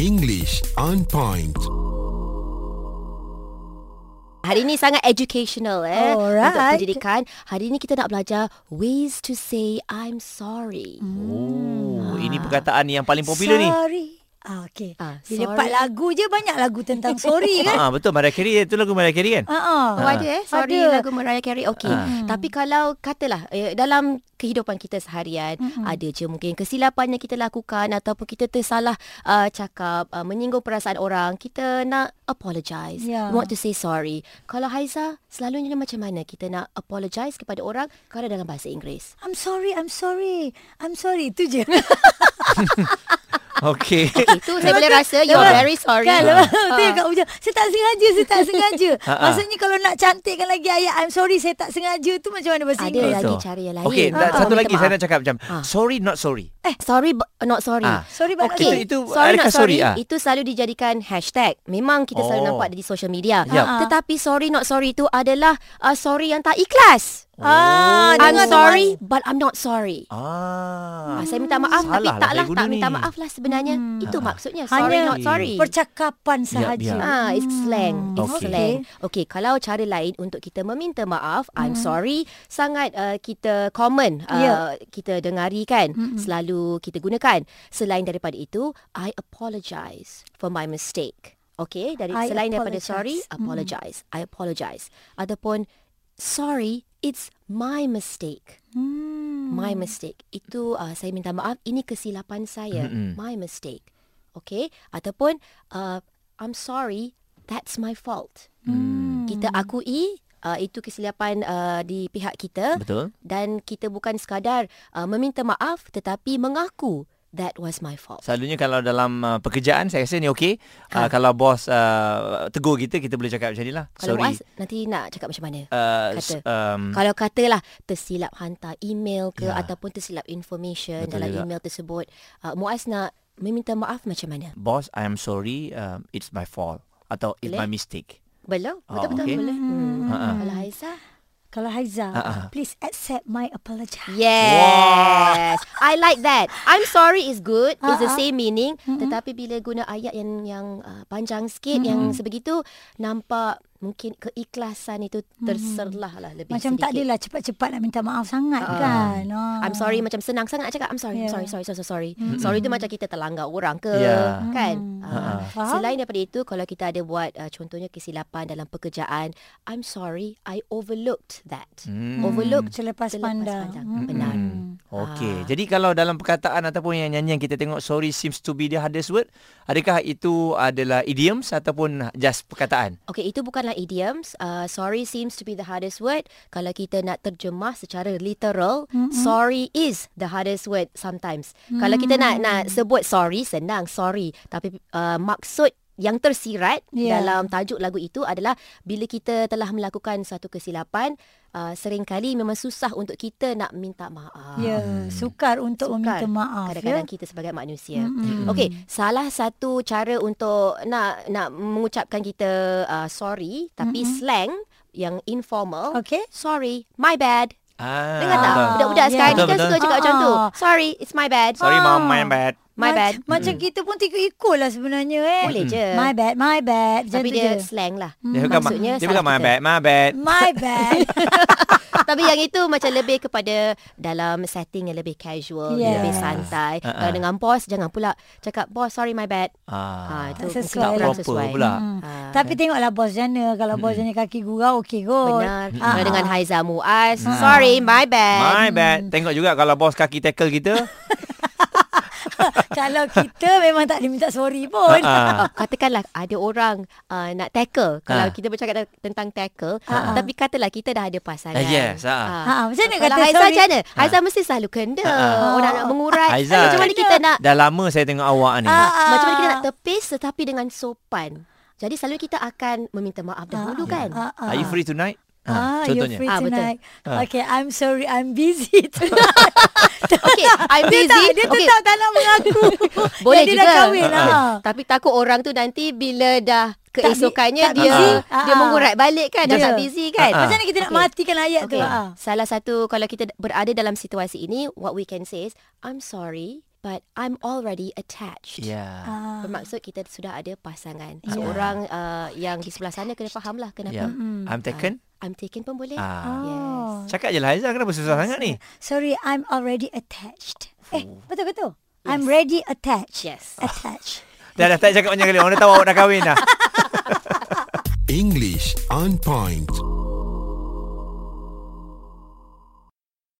English on point. Hari ini sangat educational eh Alright. untuk pendidikan. Hari ini kita nak belajar ways to say I'm sorry. Oh, ini perkataan yang paling sorry. popular ni. Ah. Sorry. Ah, okay. Ah, Ah, Dia sorry. lepas lagu je banyak lagu tentang sorry kan? Ha, betul Mariah Carey itu lagu Mariah Carey kan? Ah, ah. Oh, ada eh sorry Ada. Hmm. lagu Mariah Carey okey Ah. tapi kalau katalah eh, dalam kehidupan kita seharian mm-hmm. Hmm. ada je mungkin kesilapan yang kita lakukan ataupun kita tersalah uh, cakap uh, menyinggung perasaan orang kita nak apologize Ya. We want to say sorry kalau Haiza selalunya macam mana kita nak apologize kepada orang kalau dalam bahasa Inggeris I'm sorry, I'm sorry. I'm sorry. Itu je. Okey. itu saya boleh rasa you're lepas- very sorry Kan, lepas tu Ah. dia kat hujung. Saya tak sengaja, saya tak sengaja. Ah, ah. Maksudnya kalau nak cantikkan lagi ayat I'm sorry, saya tak sengaja tu macam mana Ada bahasa Inggeris? lagi cara yang lain. Okey, Ah, ha, ah, satu minta lagi saya maaf. nak cakap macam Ah. sorry not sorry. sorry but not sorry Ah. Sorry, but Okey. Okay. Itu- itu sorry adakah not sorry, sorry, ah? itu selalu dijadikan hashtag. Memang kita selalu Oh. nampak ada di social media. Yap. Ah. Ha. Tetapi sorry not sorry itu adalah uh, sorry yang tak ikhlas. Oh. Ah, I'm dengar tu, sorry but I'm not sorry. Ah, Ah. saya minta maaf tapi Salah lah taklah saya tak guna minta ni. maaf lah sebenarnya. Itu maksudnya sorry Hmm. Hanya not sorry. percakapan biar. sahaja. Ah, it's slang. It's Okay. slang. Okay, kalau cara lain untuk kita meminta maaf, I'm sorry, sangat uh, kita common, uh, Ya. kita dengari kan, selalu kita gunakan. Selain daripada itu, I apologize for my mistake. Okay, dari I selain daripada apologise. sorry, apologize. I apologize. Ataupun sorry, it's my mistake. My Hmm. mistake. Itu uh, saya minta maaf, ini kesilapan saya. My mistake. Okay, ataupun uh, I'm sorry, that's my fault. Hmm. Kita akui uh, itu kesilapan uh, di pihak kita Betul. dan kita bukan sekadar uh, meminta maaf tetapi mengaku that was my fault. Selalunya kalau dalam uh, pekerjaan saya rasa ni okey. Ah. Uh, kalau bos uh, tegur kita kita boleh cakap macam nilah. Kalau Sorry. Was, nanti nak cakap macam mana? Uh, kata. s- um, Kalau katalah tersilap hantar email ke Ya. ataupun tersilap information Betul dalam juga. email tersebut, uh, Muaz nak meminta maaf macam mana? boss I am sorry um, it's my fault atau it's Boleh? my mistake. Belum? Ah, Oh, Betul-betul okey. boleh? Hmm. Ha ah. Kalau Haizah? Kalau Haiza, ah. please accept my apology. Yes. I like that. I'm sorry is good. It's the same meaning. Tetapi bila guna ayat yang yang uh, panjang sikit yang sebegitu nampak mungkin keikhlasan itu terserlah lah lebih Macam sedikit. tak adalah cepat-cepat nak minta maaf sangat kan. Ah. I'm sorry macam senang sangat nak cakap I'm sorry, I'm sorry, Yeah. sorry, sorry, sorry. Sorry tu macam kita terlanggar orang ke, Yeah. kan? Ah, Faham? selain daripada itu kalau kita ada buat uh, contohnya kesilapan dalam pekerjaan, I'm sorry I overlooked that. Hmm. Overlooked Selepas pandang. pandang. Hmm. Benar. Okey. Jadi kalau dalam perkataan ataupun yang nyanyian kita tengok sorry seems to be the hardest word, adakah itu adalah idioms ataupun just perkataan? Okay, itu bukanlah idioms. Uh, sorry seems to be the hardest word. Kalau kita nak terjemah secara literal, mm-hmm. sorry is the hardest word sometimes. Mm. Kalau kita nak nak sebut sorry, senang sorry. Tapi uh, maksud yang tersirat yeah. Yeah. dalam tajuk lagu itu adalah bila kita telah melakukan satu kesilapan, uh, seringkali memang susah untuk kita nak minta maaf. Ya, sukar untuk meminta maaf Ah. Kadang-kadang ya. kita sebagai manusia. Mm-hmm. Hmm. Okey, salah satu cara untuk nak nak mengucapkan kita uh, sorry tapi Hmm. mm-hmm. slang yang informal. Okey. Sorry, my bad. Ah. Dengar tak? betul. Budak-budak yeah. sekarang ni Betul, kan betul. suka cakap macam tu. Ya, Ah, ah. Sorry, it's my bad. Sorry mom, my Ah. bad. My Mac- bad. Mm. Hmm. Macam kita pun tikut-ikut lah sebenarnya eh. Boleh je. My bad, my bad. Macam Tapi tu dia je. Mm. slang lah. Hmm, Dia bukan, Maksudnya dia salah bukan my kita. bad, my bad. My bad. Tapi yang itu macam lebih kepada dalam setting yang lebih casual, Yeah. lebih santai. Ah, ah. Kalau dengan bos jangan pula cakap bos sorry my bad. Ah. itu Tak mungkin sesuai. tak kurang proper pula. Ah. Mm. Tapi tengoklah bos jana. Kalau bos jana kaki gurau, okey Oh. kot. Benar. Ah, Kalau dengan Haiza Muaz, sorry, my bad. My bad. Tengok juga kalau bos kaki tackle kita. Kalau kita memang tak diminta sorry pun. ah. Oh, katakanlah ada orang uh, nak tackle. Kalau Ah. kita bercakap ta- tentang tackle, tapi katalah kita dah ada pasangan. Ah, yes, ah. Ah, macam mana Kalau kata Haiza sorry? macam mana? Ah. Haiza mesti selalu kena. Orang nak mengurat. ah. Haiza. Macam mana kita nak Dah lama saya tengok awak ni. Ah, ah. macam mana kita nak tepis tetapi dengan sopan. Jadi selalu kita akan meminta maaf dahulu kan? Ah, ah. Are you free tonight? Ah, contohnya. you're free Ah, betul. tonight. Okay, I'm sorry, I'm busy tonight. Okay, I'm Dia busy. tak, dia Okay, tetap tak nak mengaku. Boleh Yang dia juga. dah kahwin. Ah, ah. ah. Tapi takut orang tu nanti bila dah keesokannya tak dia busy. Ah, dia ah. mengurat balik kan dah Ya. tak busy kan. Macam mana kita nak Okay. matikan ayat tu? Okay. Ah. Salah satu kalau kita berada dalam situasi ini what we can say is I'm sorry but I'm already attached. Yeah. Ah. Bermaksud kita sudah ada pasangan. Ya. So orang uh, yang di sebelah sana kena faham lah kenapa. Ha, Yeah. Ya. Mm. Ah. I'm taken. I'm taken pun boleh. Ah. Yes. Cakap je lah Aizah kenapa susah sangat ni? Oh. Sorry, I'm already attached. Eh, betul betul. I'm ready attached. Yes. Attached. Dah dah tak payah cakap banyak kali. Orang dah tahu awak dah kahwin dah. English on point.